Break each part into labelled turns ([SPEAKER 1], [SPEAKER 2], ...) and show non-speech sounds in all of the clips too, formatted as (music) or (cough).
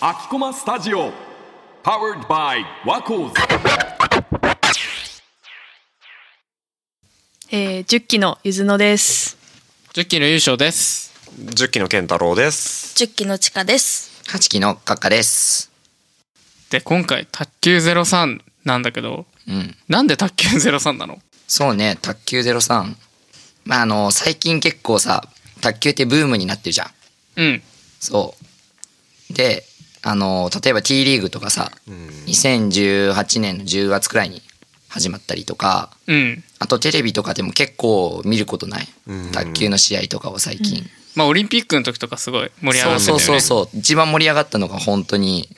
[SPEAKER 1] 秋駒スタジオ Powered by ワコーズ
[SPEAKER 2] えー、10期のゆずのです。
[SPEAKER 3] 10期の優勝です。
[SPEAKER 4] 10期の健太郎です
[SPEAKER 5] 十期のちかです。
[SPEAKER 6] 八期のカッカです。
[SPEAKER 3] で、今回、卓球03なんだけど、
[SPEAKER 6] うん。
[SPEAKER 3] なんで卓球03なの
[SPEAKER 6] そうね、卓球ゼロ三。まああの最近結構さ、卓球ってブームになってるじゃん。
[SPEAKER 3] うん。
[SPEAKER 6] そう。で、あの例えば T リーグとかさ、2018年の10月くらいに始まったりとか、
[SPEAKER 3] うん。
[SPEAKER 6] あとテレビとかでも結構見ることない。卓球の試合とかを最近。
[SPEAKER 3] まあ、オリンピックの時とかすごい盛り上が
[SPEAKER 6] そう
[SPEAKER 3] ってた
[SPEAKER 6] そ
[SPEAKER 3] よ
[SPEAKER 6] う
[SPEAKER 3] ね。
[SPEAKER 6] そうそう。一番盛り上がったのが本当に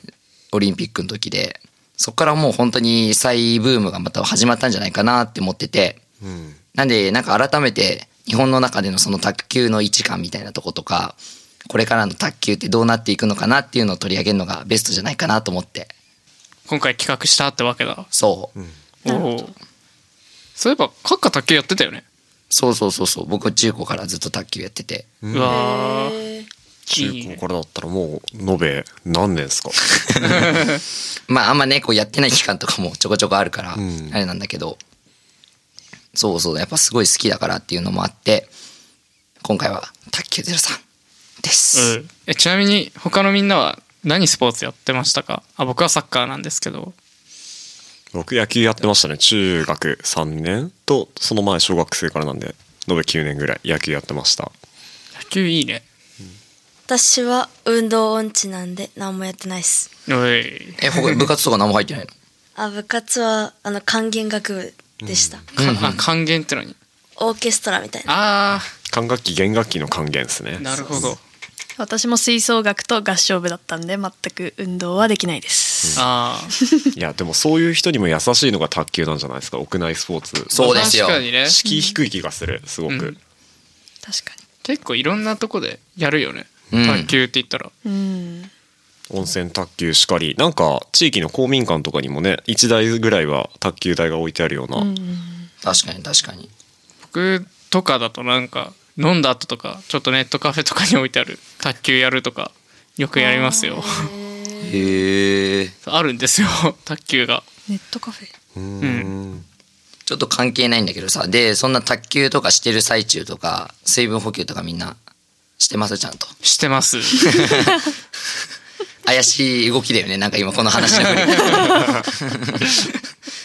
[SPEAKER 6] オリンピックの時で、そこからもう本当に再ブームがまた始まったんじゃないかなって思ってて、なんでなんか改めて日本の中でのその卓球の位置感みたいなとことか、これからの卓球ってどうなっていくのかなっていうのを取り上げるのがベストじゃないかなと思って。
[SPEAKER 3] 今回企画したってわけだ。
[SPEAKER 6] そう。
[SPEAKER 3] おおう。そういえば、カッカ卓球やってたよね。
[SPEAKER 6] そうそうそうそう。僕は中高からずっと卓球やってて。
[SPEAKER 3] うわー
[SPEAKER 4] 中
[SPEAKER 3] いいね
[SPEAKER 4] 高からだったらもう延べ何年
[SPEAKER 3] (laughs)
[SPEAKER 4] ですか
[SPEAKER 6] まああんまねこうやってない期間とかもちょこちょこあるから、
[SPEAKER 4] ん
[SPEAKER 6] あれなんだけどそうそうやっぱすごい好きだからっていうのもあって今回は卓球ゼロさんです、
[SPEAKER 3] うんえちなみに他のみんなは何スポーツやってましたかあ僕はサッカーなんですけど
[SPEAKER 4] 僕野球やってましたね中学3年とその前小学生からなんで延べ9年ぐらい野球やってました
[SPEAKER 3] 野球いいね
[SPEAKER 5] 私は運動音痴なんで何もやってないっす。
[SPEAKER 3] おい
[SPEAKER 6] えほか部活とか何も入ってないの
[SPEAKER 5] あ部活はあの管弦楽部でした、
[SPEAKER 3] かあ還元ってのに
[SPEAKER 5] オーケストラみたいな。
[SPEAKER 3] あ
[SPEAKER 4] 管楽器弦楽器の還元ですね
[SPEAKER 3] ーなるほど
[SPEAKER 2] 私も吹奏楽と合唱部だったんで全く運動はできないです。
[SPEAKER 3] ああ
[SPEAKER 4] いやでもそういう人にも優しいのが卓球なんじゃないですか屋内スポーツ
[SPEAKER 6] そうですよ
[SPEAKER 3] 確かにね
[SPEAKER 4] 敷居低い気がするすごく、
[SPEAKER 3] うん
[SPEAKER 2] 確か
[SPEAKER 3] 結構いろんなとこでやるよね
[SPEAKER 6] うん
[SPEAKER 3] 卓球って言ったら、
[SPEAKER 2] に。うん。
[SPEAKER 4] 温泉卓球しかりなんか地域の公民館とかにもね1台ぐらいは卓球台が置いてあるような、
[SPEAKER 6] 確かに確かに
[SPEAKER 3] 僕とかだとなんか飲んだ後とかちょっとネットカフェとかに置いてある卓球やるとかよくやりますよ
[SPEAKER 6] へえ
[SPEAKER 3] あるんですよ (laughs) 卓球が
[SPEAKER 2] ネットカフェ。
[SPEAKER 3] うん
[SPEAKER 6] ちょっと関係ないんだけどさでそんな卓球とかしてる最中とか水分補給とかみんなしてますちゃんと
[SPEAKER 3] してます
[SPEAKER 6] 怪しい動きだよねなんか今この話の振り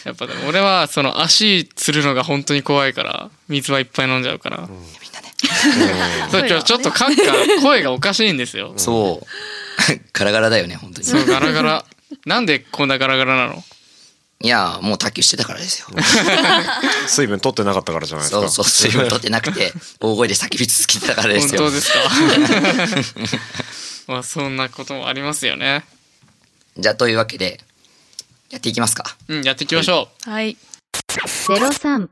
[SPEAKER 3] やっぱでも俺はその足つるのが本当に怖いから水はいっぱい飲んじゃうから、
[SPEAKER 6] みんなね
[SPEAKER 3] そう今日ちょっとカッカ声がおかしいんですよ。
[SPEAKER 6] (laughs) そう (laughs) ガラガラだよね本当に
[SPEAKER 3] そうガラガラ。なんでこんなガラガラなの？
[SPEAKER 6] いやもう卓球してたからですよ
[SPEAKER 4] 水分取ってなかったからじゃないです
[SPEAKER 6] そ
[SPEAKER 4] か
[SPEAKER 6] うそう、水分取ってなくて、
[SPEAKER 3] (laughs)
[SPEAKER 6] 大声で叫び続けてたからです
[SPEAKER 3] 本当
[SPEAKER 6] よ。
[SPEAKER 3] ですか？
[SPEAKER 6] (laughs)
[SPEAKER 3] まあそんなこともありますよね。
[SPEAKER 6] じゃあ、というわけで、やっていきますか。
[SPEAKER 3] うんやっていきましょ
[SPEAKER 2] はい。
[SPEAKER 7] ゼロ三、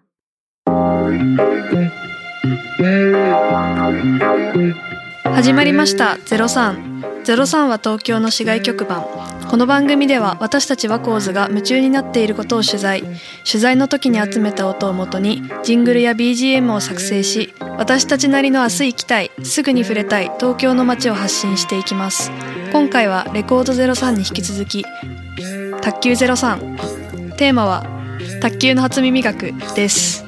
[SPEAKER 2] 始まりました「03」03は東京の市外局番この番組では私たちワコーズが夢中になっていることを取材取材の時に集めた音をもとにジングルや BGM を作成し私たちなりの明日行きたいすぐに触れたい東京の街を発信していきます今回は「レコード03」に引き続き「卓球03」テーマは「卓球の初耳学」です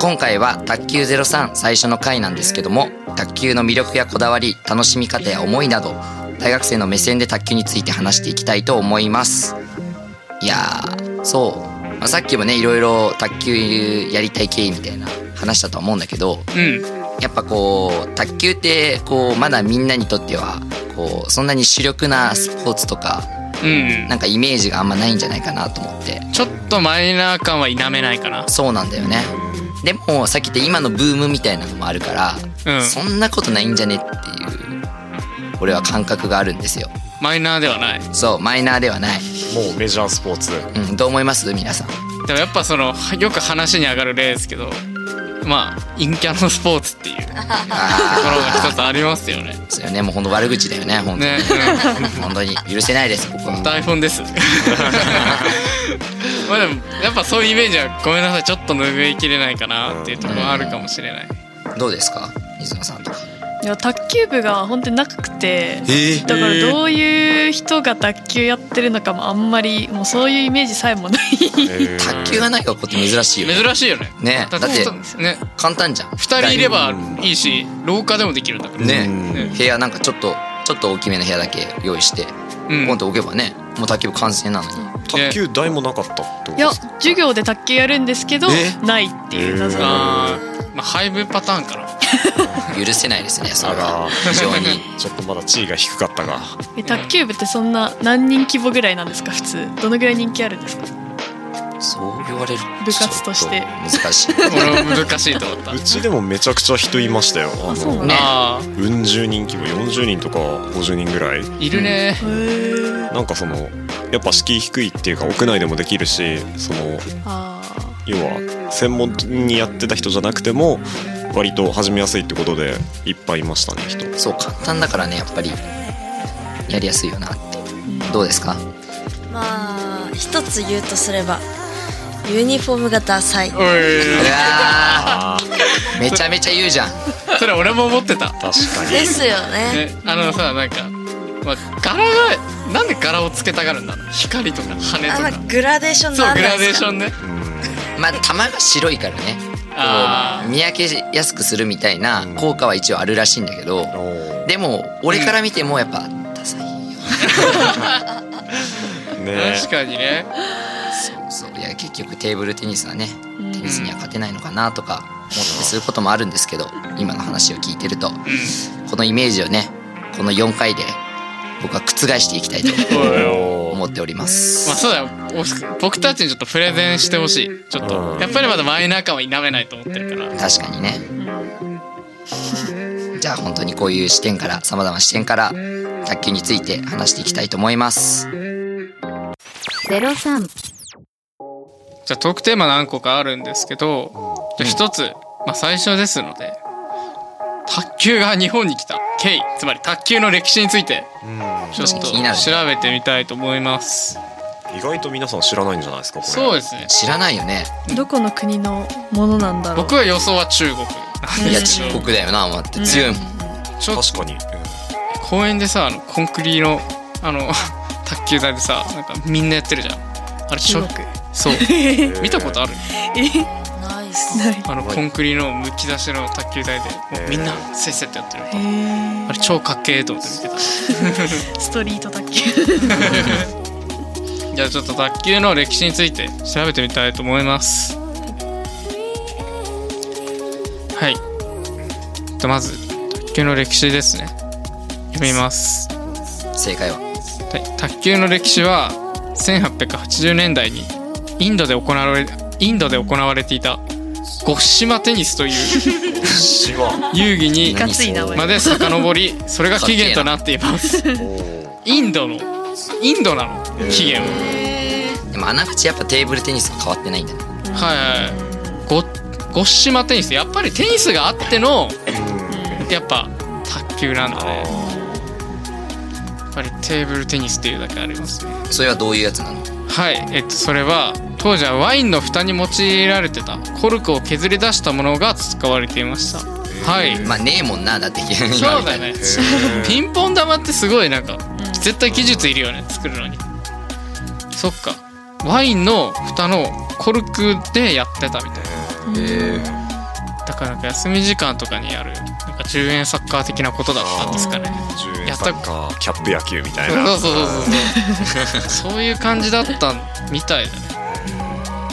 [SPEAKER 6] 今回は、卓球03最初の回なんですけども、卓球の魅力やこだわり、楽しみ方や思いなど、大学生の目線で卓球について話していきたいと思います。いやー、そう。まあ、さっきもね、いろいろ卓球やりたい経緯みたいな話だとは思うんだけど、
[SPEAKER 3] う。うん
[SPEAKER 6] やっぱこう卓球ってこうまだみんなにとってはこうそんなに主力なスポーツとか
[SPEAKER 3] うん。
[SPEAKER 6] なんかイメージがあんまないんじゃないかなと思って
[SPEAKER 3] ちょっとマイナー感は否めないかな。
[SPEAKER 6] そうなんだよねでもさっき言った今のブームみたいなのもあるから、
[SPEAKER 3] うん
[SPEAKER 6] そんなことないんじゃねっていう俺は感覚があるんですよ
[SPEAKER 3] マイナーではない。
[SPEAKER 6] そうマイナーではない、
[SPEAKER 4] もうメジャースポーツ
[SPEAKER 6] うん、どう思います皆さん
[SPEAKER 3] でもやっぱそのよく話に上がる例ですけど、まあ陰キャのスポーツっていうところが一つありますよ
[SPEAKER 6] (laughs)
[SPEAKER 3] ね。
[SPEAKER 6] ですよねもうほんと悪口だよね本当に、
[SPEAKER 3] ね。うん (laughs)
[SPEAKER 6] 本当に許せないです僕は
[SPEAKER 3] 台本です
[SPEAKER 6] (laughs)
[SPEAKER 3] まあでもやっぱそういうイメージはごめんなさいちょっと拭いきれないかなっていうところはあるかもしれない
[SPEAKER 6] どうですか水野さんとか
[SPEAKER 2] いや卓球部が本当になくて
[SPEAKER 4] ええ
[SPEAKER 2] だからどういう人が卓球やってるのかもあんまりもうそういうイメージさえもない
[SPEAKER 6] 卓球がない学校って珍しいよね
[SPEAKER 3] 珍しいよね
[SPEAKER 6] ね
[SPEAKER 3] だ
[SPEAKER 6] だって
[SPEAKER 3] ってね
[SPEAKER 6] 簡単じゃん
[SPEAKER 3] 2人いればいいし廊下でもできるんだから
[SPEAKER 6] ね
[SPEAKER 3] ね
[SPEAKER 6] 部屋なんかちょっとちょっと大きめの部屋だけ用意して
[SPEAKER 3] うん
[SPEAKER 6] ポンと置けばねもう卓球部完成なのに
[SPEAKER 4] 卓球台もなかったってこと
[SPEAKER 2] いや
[SPEAKER 4] ですか
[SPEAKER 2] 授業で卓球やるんですけど
[SPEAKER 4] え
[SPEAKER 2] ないっていう謎の
[SPEAKER 3] あーまあ配分パターンかな
[SPEAKER 6] 許せないですねそれ
[SPEAKER 4] あ
[SPEAKER 6] は
[SPEAKER 4] ら
[SPEAKER 6] 非常に
[SPEAKER 4] ちょっとまだ地位が低かったが
[SPEAKER 2] え卓球部ってそんな何人規模ぐらいなんですか普通どのぐらい人気あるんですか
[SPEAKER 6] そう言われる
[SPEAKER 2] 部活として
[SPEAKER 6] ちょっと難しい
[SPEAKER 3] 俺は難しいと思った
[SPEAKER 4] うちでもめちゃくちゃ人いましたよあ
[SPEAKER 2] あそうな
[SPEAKER 4] の
[SPEAKER 2] んだ
[SPEAKER 3] あ
[SPEAKER 4] うん十人規模40人とか50人ぐらい
[SPEAKER 3] あいるね
[SPEAKER 2] へー
[SPEAKER 4] なんかそのやっぱ敷居低いっていうか屋内でもできるしその
[SPEAKER 2] あー
[SPEAKER 4] 要は専門にやってた人じゃなくても割と始めやすいってことでいっぱいいましたね人
[SPEAKER 6] そう簡単だからねやっぱりやりやすいよなってどうですか
[SPEAKER 5] まあ一つ言うとすればユニフォームがダサい
[SPEAKER 6] うわー (laughs) めちゃめちゃ言うじゃん
[SPEAKER 3] それ俺も思ってた
[SPEAKER 4] 確かに
[SPEAKER 5] ですよね
[SPEAKER 3] ねあのさなんかまあ柄がなんで柄をつけたがるんだろう光とか羽
[SPEAKER 5] あんま
[SPEAKER 3] とか
[SPEAKER 5] グラデーション
[SPEAKER 3] そう
[SPEAKER 5] なん
[SPEAKER 3] グ
[SPEAKER 5] な
[SPEAKER 3] ラ
[SPEAKER 5] んで
[SPEAKER 3] デー
[SPEAKER 5] す
[SPEAKER 3] ショ
[SPEAKER 5] か
[SPEAKER 3] ンね
[SPEAKER 6] まあ玉が白いからね
[SPEAKER 3] あ
[SPEAKER 6] 見分けやすくするみたいな効果は一応あるらしいんだけど、
[SPEAKER 4] (laughs) おー
[SPEAKER 6] でも俺から見てもやっぱダサいよ
[SPEAKER 4] ね
[SPEAKER 3] あ確かにね
[SPEAKER 6] そういや結局テーブルテニスはねテニスには勝てないのかなとか思ったりすることもあるんですけど今の話を聞いてるとこのイメージをねこの4回で僕は覆していきたいと思っておりま
[SPEAKER 3] ますあそうだよお僕たちにちょっとプレゼンしてほしいちょっとやっぱりまだマイナー感は否めないと思ってるから
[SPEAKER 6] 確かにねじゃあ本当にこういう視点からさまざまな視点から卓球について話していきたいと思います
[SPEAKER 7] 03
[SPEAKER 3] じゃあトークテーマ何個かあるんですけど、じゃあ一つ、まあ最初ですので、卓球が日本に来た経緯、つまり卓球の歴史について、ちょっと
[SPEAKER 6] 気になるね
[SPEAKER 3] 調べてみたいと思います。
[SPEAKER 4] 意外と皆さん知らないんじゃないですかこれ
[SPEAKER 3] そうですね。
[SPEAKER 6] 知らないよね
[SPEAKER 2] どこの国のものなんだろう
[SPEAKER 3] 僕は予想は中国なん
[SPEAKER 6] い
[SPEAKER 3] で
[SPEAKER 6] や
[SPEAKER 3] す
[SPEAKER 6] 中
[SPEAKER 3] けど、
[SPEAKER 6] 国だよな思って強いもん
[SPEAKER 3] ちょっと
[SPEAKER 4] 確かに、
[SPEAKER 3] 公園でさ、あの、コンクリの、あの、 (laughs) 卓球台でさ、なんかみんなやってるじゃん。あれ、ちょ
[SPEAKER 2] 中国
[SPEAKER 3] そう。
[SPEAKER 2] (laughs)
[SPEAKER 3] 見たことある
[SPEAKER 5] ないっす
[SPEAKER 2] ない
[SPEAKER 3] あの、コンクリのむき出しの卓球台で、もうみんなせっせとやってる。
[SPEAKER 2] へー
[SPEAKER 3] あれ、超かっけえと思って見てた。
[SPEAKER 2] (laughs) ストリート卓球
[SPEAKER 3] (laughs) じゃあちょっと卓球の歴史について調べてみたいと思いますはいえっとまず卓球の歴史ですね読みます
[SPEAKER 6] 正解は
[SPEAKER 3] はい卓球の歴史は1880年代にインドで行われインドで行われていたゴッシマテニスという遊戯に
[SPEAKER 2] いかつい名前
[SPEAKER 3] まで遡りそれが起源となってい
[SPEAKER 2] (laughs)
[SPEAKER 3] ますインドのインドなの起源は
[SPEAKER 6] でもあながちやっぱテーブルテニスは変わってないんだね
[SPEAKER 3] はいはいゴゴッシマテニスやっぱりテニスがあってのやっぱ卓球なんだねやっぱりテーブルテニスっていうだけありますね
[SPEAKER 6] それはどういうやつなの
[SPEAKER 3] はいえっとそれは当時はワインの蓋に用いられてたコルクを削り出したものが使われていましたはい
[SPEAKER 6] まあねえもんなだって今みたい
[SPEAKER 3] そ
[SPEAKER 6] に
[SPEAKER 3] うだよねピンポン玉ってすごいなんか絶対技術いるよね作るのにそっかワインの蓋のコルクでやってたみたいなだからなんか休み時間とかにやるなんか10円サッカー的なことだったんですかね
[SPEAKER 4] 10
[SPEAKER 3] や
[SPEAKER 4] 円
[SPEAKER 3] っ
[SPEAKER 4] サ
[SPEAKER 3] た
[SPEAKER 4] ッカーキャップ野球みたい
[SPEAKER 3] そうそ
[SPEAKER 4] な
[SPEAKER 3] うそうそうそうそういう感じだったみたいだね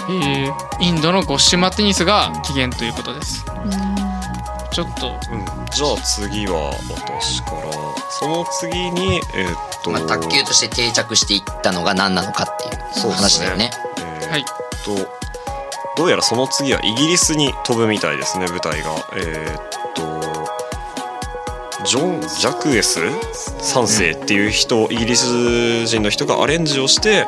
[SPEAKER 3] ええインドのゴッシュマテニスが起源ということですちょっと
[SPEAKER 4] うん、じゃあ次は私からその次にえーっと、
[SPEAKER 6] (laughs) まあ、卓球として定着していったのが何なのかっていう話だよね
[SPEAKER 4] えーっと
[SPEAKER 3] はい
[SPEAKER 4] どうやらその次はイギリスに飛ぶみたいですね舞台がえーっとジョン・ジャクエス3世っていう人、イギリス人の人がアレンジをして、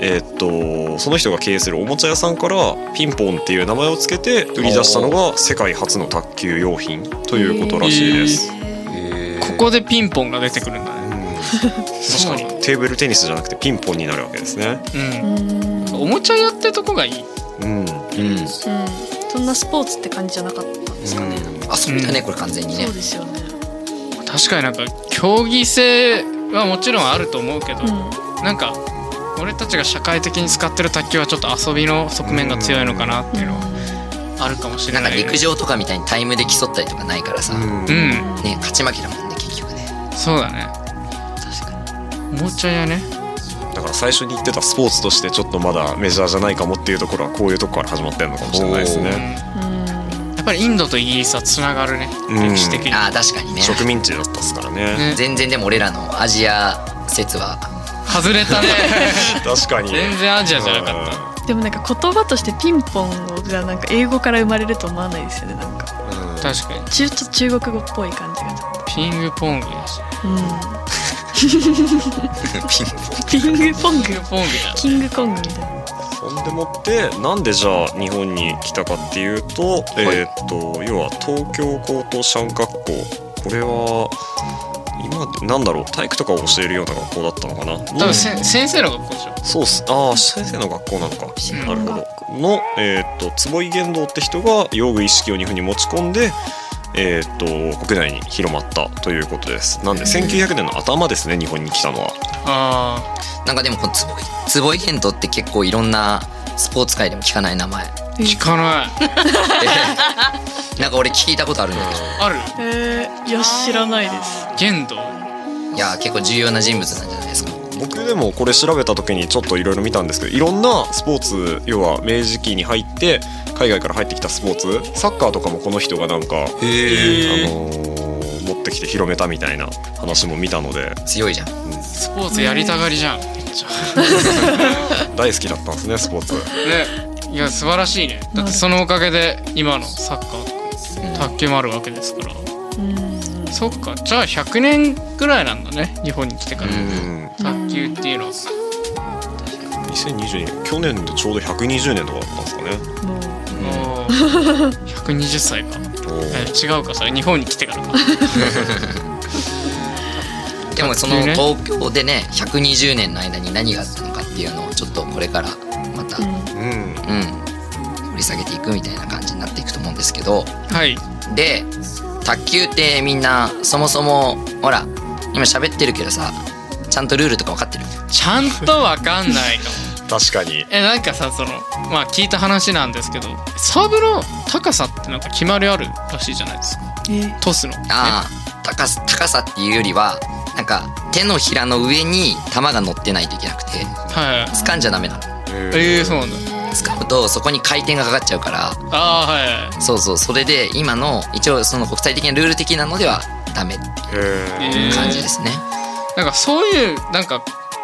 [SPEAKER 4] えーっとその人が経営するおもちゃ屋さんからピンポンっていう名前をつけて売り出したのが世界初の卓球用品ということらしいです、
[SPEAKER 3] ここでピンポンが出てくるんだね
[SPEAKER 4] 確かにテーブルテニスじゃなくてピンポンになるわけですね
[SPEAKER 3] うんおもちゃ屋ってとこがいい
[SPEAKER 4] うん
[SPEAKER 6] うん
[SPEAKER 2] うんそんなスポーツって感じじゃなかったんですかね、
[SPEAKER 6] 遊びだねこれ完全にね
[SPEAKER 2] そうですよね
[SPEAKER 3] 確かになんか競技性はもちろんあると思うけど、
[SPEAKER 2] う
[SPEAKER 3] なんか俺たちが社会的に使ってる卓球はちょっと遊びの側面が強いのかなっていうのはあるかもしれ
[SPEAKER 6] なん
[SPEAKER 3] な
[SPEAKER 6] か
[SPEAKER 3] い
[SPEAKER 6] 陸上とかみたいにタイムで競ったりとかないからさ、
[SPEAKER 4] うん
[SPEAKER 3] うん
[SPEAKER 6] ね勝ち負けだもんね結局ね
[SPEAKER 3] そうだね
[SPEAKER 6] 確かに
[SPEAKER 3] おもちゃやね
[SPEAKER 4] だから最初に言ってたスポーツとしてちょっとまだメジャーじゃないかもっていうところはこういうとこから始まってるのかもしれないです
[SPEAKER 3] うん
[SPEAKER 4] ね、
[SPEAKER 3] やっぱりインドとイギリスはつながるね
[SPEAKER 4] うん
[SPEAKER 3] 歴史的に
[SPEAKER 6] ああ確かにね
[SPEAKER 4] 植民地だったっすからね
[SPEAKER 3] ね
[SPEAKER 6] 全然でも俺らのアジア説は
[SPEAKER 3] 外れ (laughs) たね
[SPEAKER 4] (laughs) 確かに
[SPEAKER 3] 全然アジアじゃなかった
[SPEAKER 4] っ
[SPEAKER 2] んでもなんか言葉としてピンポンがなんか英語から生まれると思わないですよねなんか
[SPEAKER 4] た
[SPEAKER 3] 確かに
[SPEAKER 2] 中ちょっと中国語っぽい感じがちょっ
[SPEAKER 3] ピングポングだし
[SPEAKER 2] とうんピングポング
[SPEAKER 3] ピングポングだよ
[SPEAKER 2] キングコングみたいな
[SPEAKER 4] ほんでもってなんでじゃあ日本に来たかっていうと、えーっと要は東京高等師範学校これは今でなんだろう体育とかを教えるような学校だったのかな
[SPEAKER 3] 多分せ先生の学校でしょ
[SPEAKER 4] そうっすああ先生の学校なのか
[SPEAKER 3] うん
[SPEAKER 4] なるほどの、えーっと坪井玄道って人が用具一式を日本に持ち込んでえーっと国内に広まったということですなんで1900年の頭ですね日本に来たのは
[SPEAKER 3] あ
[SPEAKER 6] なんかでもこの坪井坪井健斗って結構いろんなスポーツ界でも聞かない名前 (laughs)
[SPEAKER 3] あ聞か (laughs) ない
[SPEAKER 6] なんか俺聞いたことあるんだけ
[SPEAKER 3] ある
[SPEAKER 2] えー、いや知らないです
[SPEAKER 3] 限度
[SPEAKER 6] どいや結構重要な人物なんじゃないですか
[SPEAKER 4] 僕でもこれ調べた時にちょっといろいろ見たんですけどいろんなスポーツ要は明治期に入って海外から入ってきたスポーツサッカーとかもこの人がなんか、あのー持ってきて広めたみたいな話も見たので
[SPEAKER 6] 強いじゃん
[SPEAKER 3] スポーツやりたがりじゃんめっちゃ
[SPEAKER 4] 大好きだったんですねスポーツ
[SPEAKER 3] ね (laughs) いや素晴らしいねだってそのおかげで今のサッカーとか卓球もあるわけですから、
[SPEAKER 2] うん
[SPEAKER 3] そっかじゃあ100年ぐらいなんだね日本に来てから、
[SPEAKER 4] うん
[SPEAKER 3] 卓球っていうのは
[SPEAKER 4] 2022年去年でちょうど120年とかだったんですかね
[SPEAKER 2] もう
[SPEAKER 3] もう120歳か
[SPEAKER 4] おー
[SPEAKER 3] え違うかそれ日本に来てからか
[SPEAKER 6] でもそ
[SPEAKER 3] 卓
[SPEAKER 6] の
[SPEAKER 3] 球ね
[SPEAKER 6] 東京でね120年の間に何があったのかっていうのをちょっとこれからまた、うん、
[SPEAKER 4] うん
[SPEAKER 6] 掘り下げていくみたいな感じになっていくと思うんですけど
[SPEAKER 3] はい
[SPEAKER 6] で卓球ってみんなそもそもほら今喋ってるけどさちゃんとルールとか分かってる
[SPEAKER 3] ちゃんとわかんないかも
[SPEAKER 6] (laughs)
[SPEAKER 4] 確かに
[SPEAKER 3] えなんかさそのまあ聞いた話なんですけどサーブの高さってなんか決まりあるらしいじゃないですか
[SPEAKER 2] え
[SPEAKER 3] トスの
[SPEAKER 6] ああ高さ高さっていうよりはなんか手のひらの上に球が乗ってないといけなくて
[SPEAKER 3] はい
[SPEAKER 6] 掴んじゃダメなの
[SPEAKER 3] えー、そうなんだ
[SPEAKER 6] 掴むとそこに回転がかかっちゃうから
[SPEAKER 3] ああはい
[SPEAKER 6] そうそうそれで今の一応その国際的なルール的なのではダメって
[SPEAKER 4] へ
[SPEAKER 3] え
[SPEAKER 6] いう
[SPEAKER 3] ー
[SPEAKER 6] 感じですね、
[SPEAKER 3] なんかそういうなんか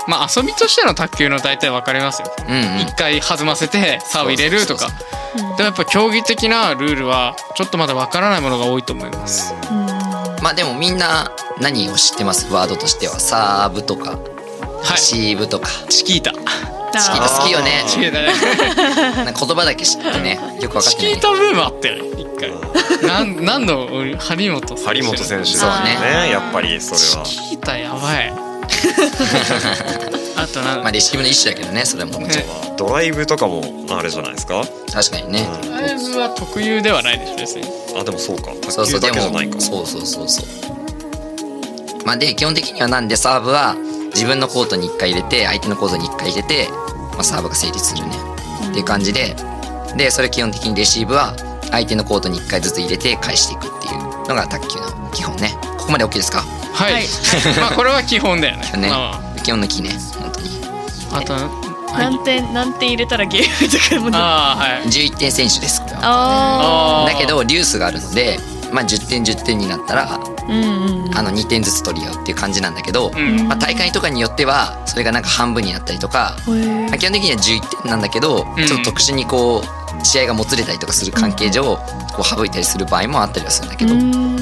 [SPEAKER 3] まあ遊びとしての卓球の大体わかりますよ
[SPEAKER 6] うんうん
[SPEAKER 3] 一回弾ませてサーブ入れるとか
[SPEAKER 6] そう
[SPEAKER 3] でもやっぱ競技的なルールはちょっとまだわからないものが多いと思います
[SPEAKER 6] まあでもみんな何を知ってますワードとしてはサーブとか
[SPEAKER 3] は
[SPEAKER 6] レ
[SPEAKER 3] い
[SPEAKER 6] シーブとか、
[SPEAKER 3] チキータ
[SPEAKER 6] チキータ好きよね
[SPEAKER 3] チキータね
[SPEAKER 6] なんか言葉だけ知ってねよく分か
[SPEAKER 3] (laughs) チ
[SPEAKER 6] っ
[SPEAKER 3] キ
[SPEAKER 6] て
[SPEAKER 3] ー
[SPEAKER 6] ない
[SPEAKER 3] タブームあったよね一回なん何の俺張本選手
[SPEAKER 4] 張本選手
[SPEAKER 6] そう
[SPEAKER 4] だ
[SPEAKER 6] ね
[SPEAKER 4] ねやっぱりそれは
[SPEAKER 3] チキータやば (laughs) いあとなん
[SPEAKER 6] まあレシーブの一種だけどねそれももちろん
[SPEAKER 3] ね
[SPEAKER 4] ドライブとかもあれじゃないですか
[SPEAKER 6] 確かにね
[SPEAKER 3] ドライブは特有ではないでしょ別に
[SPEAKER 4] あでもそうか
[SPEAKER 6] そ
[SPEAKER 4] 卓
[SPEAKER 6] うそ
[SPEAKER 4] 球
[SPEAKER 6] うで
[SPEAKER 4] だ
[SPEAKER 6] も
[SPEAKER 4] けじゃないか
[SPEAKER 6] そうそうそうそうまあで基本的にはなんでサーブは自分のコートに1回入れて相手のコートに1回入れて、まあ、サーブが成立するねっていう感じででそれ基本的にレシーブは相手のコートに1回ずつ入れて返していくっていうのが卓球の基本ねここまで OK ですか
[SPEAKER 3] はい、まあこれは基本だよね
[SPEAKER 6] (laughs) ね
[SPEAKER 3] まあ、
[SPEAKER 6] 基本のキーね本当に
[SPEAKER 3] あと
[SPEAKER 2] 何点何点入れたらゲームとかもあ
[SPEAKER 3] ああはい
[SPEAKER 6] 11点選手ですこれは
[SPEAKER 2] あ
[SPEAKER 3] あー
[SPEAKER 6] だけどデュースがあるので、まあ、10点10点になったら
[SPEAKER 2] ーうんうん
[SPEAKER 6] あの2点ずつ取り合うっていう感じなんだけど、
[SPEAKER 3] うん
[SPEAKER 6] まあ、大会とかによってはそれがなんか半分になったりとか、まあ、基本的には11点なんだけど、
[SPEAKER 3] うん
[SPEAKER 6] ちょっと特殊にこう試合がもつれたりとかする関係上こう省いたりする場合もあったりはするんだけど、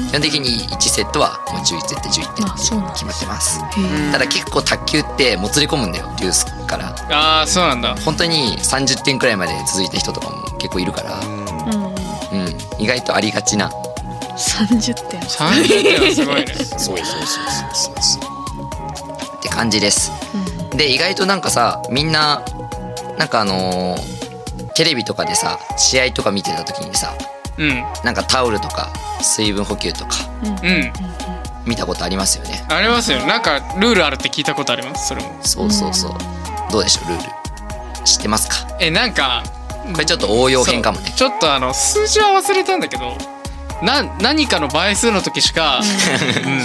[SPEAKER 6] 基本的に1セットはもう11点って11点
[SPEAKER 2] あそうなん
[SPEAKER 6] って決まってます。
[SPEAKER 3] うん
[SPEAKER 6] ただ結構卓球ってもつれ込むんだよデュースから
[SPEAKER 3] ああそうなんだ
[SPEAKER 6] 本当に30点くらいまで続いた人とかも結構いるから、
[SPEAKER 2] うん
[SPEAKER 6] うん、意外とありがちな
[SPEAKER 2] 30点
[SPEAKER 3] 30点はすごいね
[SPEAKER 6] そうそうそうそうそうって感じです、で意外となんかさみんななんかあのーテレビとかでさ試合とか見てた時にさ
[SPEAKER 3] うん
[SPEAKER 6] なんかタオルとか水分補給とか
[SPEAKER 3] うん
[SPEAKER 6] 見たことありますよね
[SPEAKER 3] ありますよなんかルールあるって聞いたことありますそれも
[SPEAKER 6] そうそうそうどうでしょうルール知ってますか
[SPEAKER 3] えなんか
[SPEAKER 6] これちょっと応用編かもね
[SPEAKER 3] ちょっとあの数字は忘れたんだけどな何かの倍数の時しか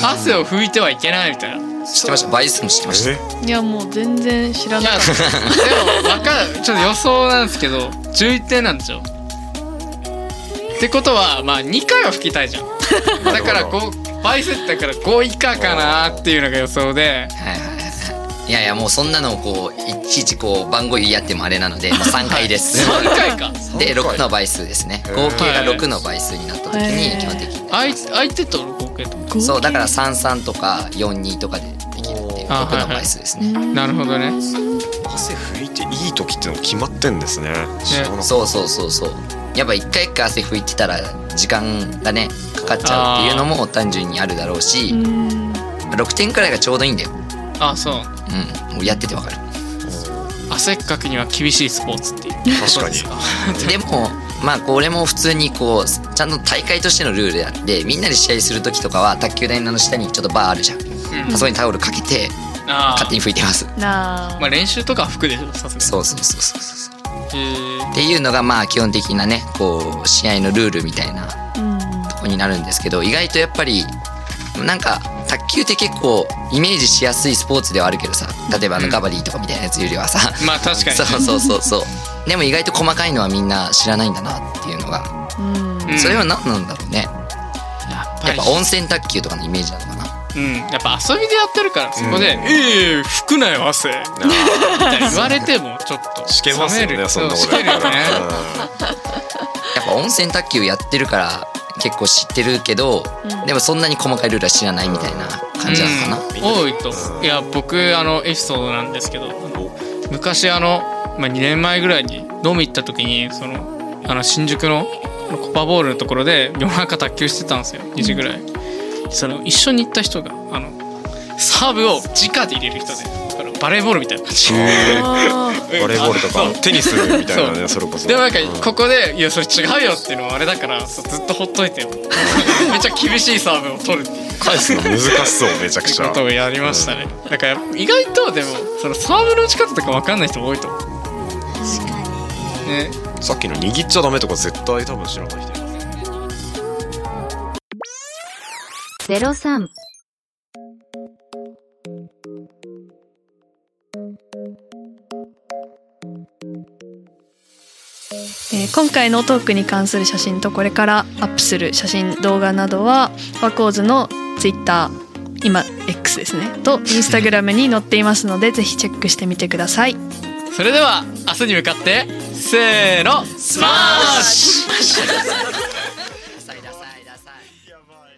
[SPEAKER 3] 汗を拭いてはいけないみたいな。
[SPEAKER 6] 知ってました倍数も知ってました
[SPEAKER 4] え
[SPEAKER 2] いやもう全然知ら
[SPEAKER 3] い
[SPEAKER 2] な
[SPEAKER 3] や
[SPEAKER 2] かっ
[SPEAKER 3] でもわかるちょっと予想なんですけど11点なんですよ。ってことはまあ2回は吹きたいじゃん。だからこう倍数ってだから5以下かなっていうのが予想で
[SPEAKER 6] はいはいはいはいいやいやもうそんなのをこういちいちこう番号言い合ってもあれなのでもう3回です
[SPEAKER 3] 3回か
[SPEAKER 6] で6の倍数ですね合計が6の倍数になった時
[SPEAKER 2] へー
[SPEAKER 6] に基本的に
[SPEAKER 3] 相相手との合計と
[SPEAKER 2] た
[SPEAKER 6] そうだから33とか42とかでできるっていう
[SPEAKER 3] あー
[SPEAKER 6] 6の倍数ですね
[SPEAKER 3] なるほどね
[SPEAKER 4] 汗拭いていい時っての決まってんですね知らなかった
[SPEAKER 6] そうそうそうそうやっぱ一回一回汗拭いてたら時間がねかかっちゃうっていうのも単純にあるだろうし
[SPEAKER 2] うん
[SPEAKER 6] 6点くらいがちょうどいいんだよ
[SPEAKER 3] あそう
[SPEAKER 6] うんもうやってて
[SPEAKER 3] (laughs)
[SPEAKER 6] わかる
[SPEAKER 3] 汗っかきには厳しいスポーツっていう
[SPEAKER 4] 確かに
[SPEAKER 6] でもまあこれも普通にこうちゃんと大会としてのルールであってみんなで試合する時とかは卓球台の下にちょっとバーあるじゃん、あそこにタオルかけて
[SPEAKER 3] ああ
[SPEAKER 6] 勝手に拭いてます
[SPEAKER 2] なあ
[SPEAKER 3] まあ練習とかは服でしょさすがに
[SPEAKER 6] そうそうそうそうそう
[SPEAKER 3] へー
[SPEAKER 6] っていうのがまあ基本的なねこう試合のルールみたいな
[SPEAKER 2] うん
[SPEAKER 6] とこになるんですけど意外とやっぱりなんか卓球って結構イメージしやすいスポーツではあるけどさ例えばあのガバディとかみたいなやつよりはさ、
[SPEAKER 3] まあ確かに
[SPEAKER 6] そうそうそうそうでも意外と細かいのはみんな知らないんだなっていうのが、
[SPEAKER 2] うん
[SPEAKER 3] うん
[SPEAKER 6] それは何なんだろうね
[SPEAKER 3] やっぱ
[SPEAKER 6] やっ
[SPEAKER 3] り
[SPEAKER 6] ぱ温泉卓球とかのイメージなのかな
[SPEAKER 3] うん、やっぱ遊びでやってるからそこで「ええ拭くなよ汗」みたいな言われてもちょっと
[SPEAKER 4] (laughs) しけますよ
[SPEAKER 3] 冷め
[SPEAKER 4] ね
[SPEAKER 3] る
[SPEAKER 4] そんなこと
[SPEAKER 3] そうしけるよね
[SPEAKER 6] やっぱ温泉卓球やってるから結構知ってるけど、でもそんなに細かいルールは知らないみたいな感じなのかな、
[SPEAKER 3] うん多いと思ういや僕あのエピソードなんですけどあの昔あの、まあ、2年前ぐらいに飲み行った時にそのあの新宿のあのコパボールのところで夜中卓球してたんですよ2時ぐらいその一緒に行った人があのサーブを直で入れる人であのバレーボールみたいな感じ
[SPEAKER 4] うんバレーボールと
[SPEAKER 3] そう
[SPEAKER 4] かテニスみたいな
[SPEAKER 3] そう
[SPEAKER 4] ねそれこそ
[SPEAKER 3] でもなんかここで「いやそれ違うよ」っていうのはあれだからそうずっとほっといてよめっちゃ厳しいサーブを取るっていう
[SPEAKER 4] 返すの難しそうめちゃくちゃ
[SPEAKER 3] ことをやりましたねだから意外とでもそのサーブの打ち方とか分かんない人も多いと思
[SPEAKER 5] 確かに
[SPEAKER 3] うね
[SPEAKER 4] さっきの握っちゃダメとか絶対多分知らない人いる
[SPEAKER 7] 03
[SPEAKER 2] えー今回のトークに関する写真とこれからアップする写真動画などはワコーズのツイッター今 X ですねとインスタグラムに載っていますのでぜひチェックしてみてください
[SPEAKER 3] それでは明日に向かってせーのスマッシュ
[SPEAKER 6] ダサいダサいダサい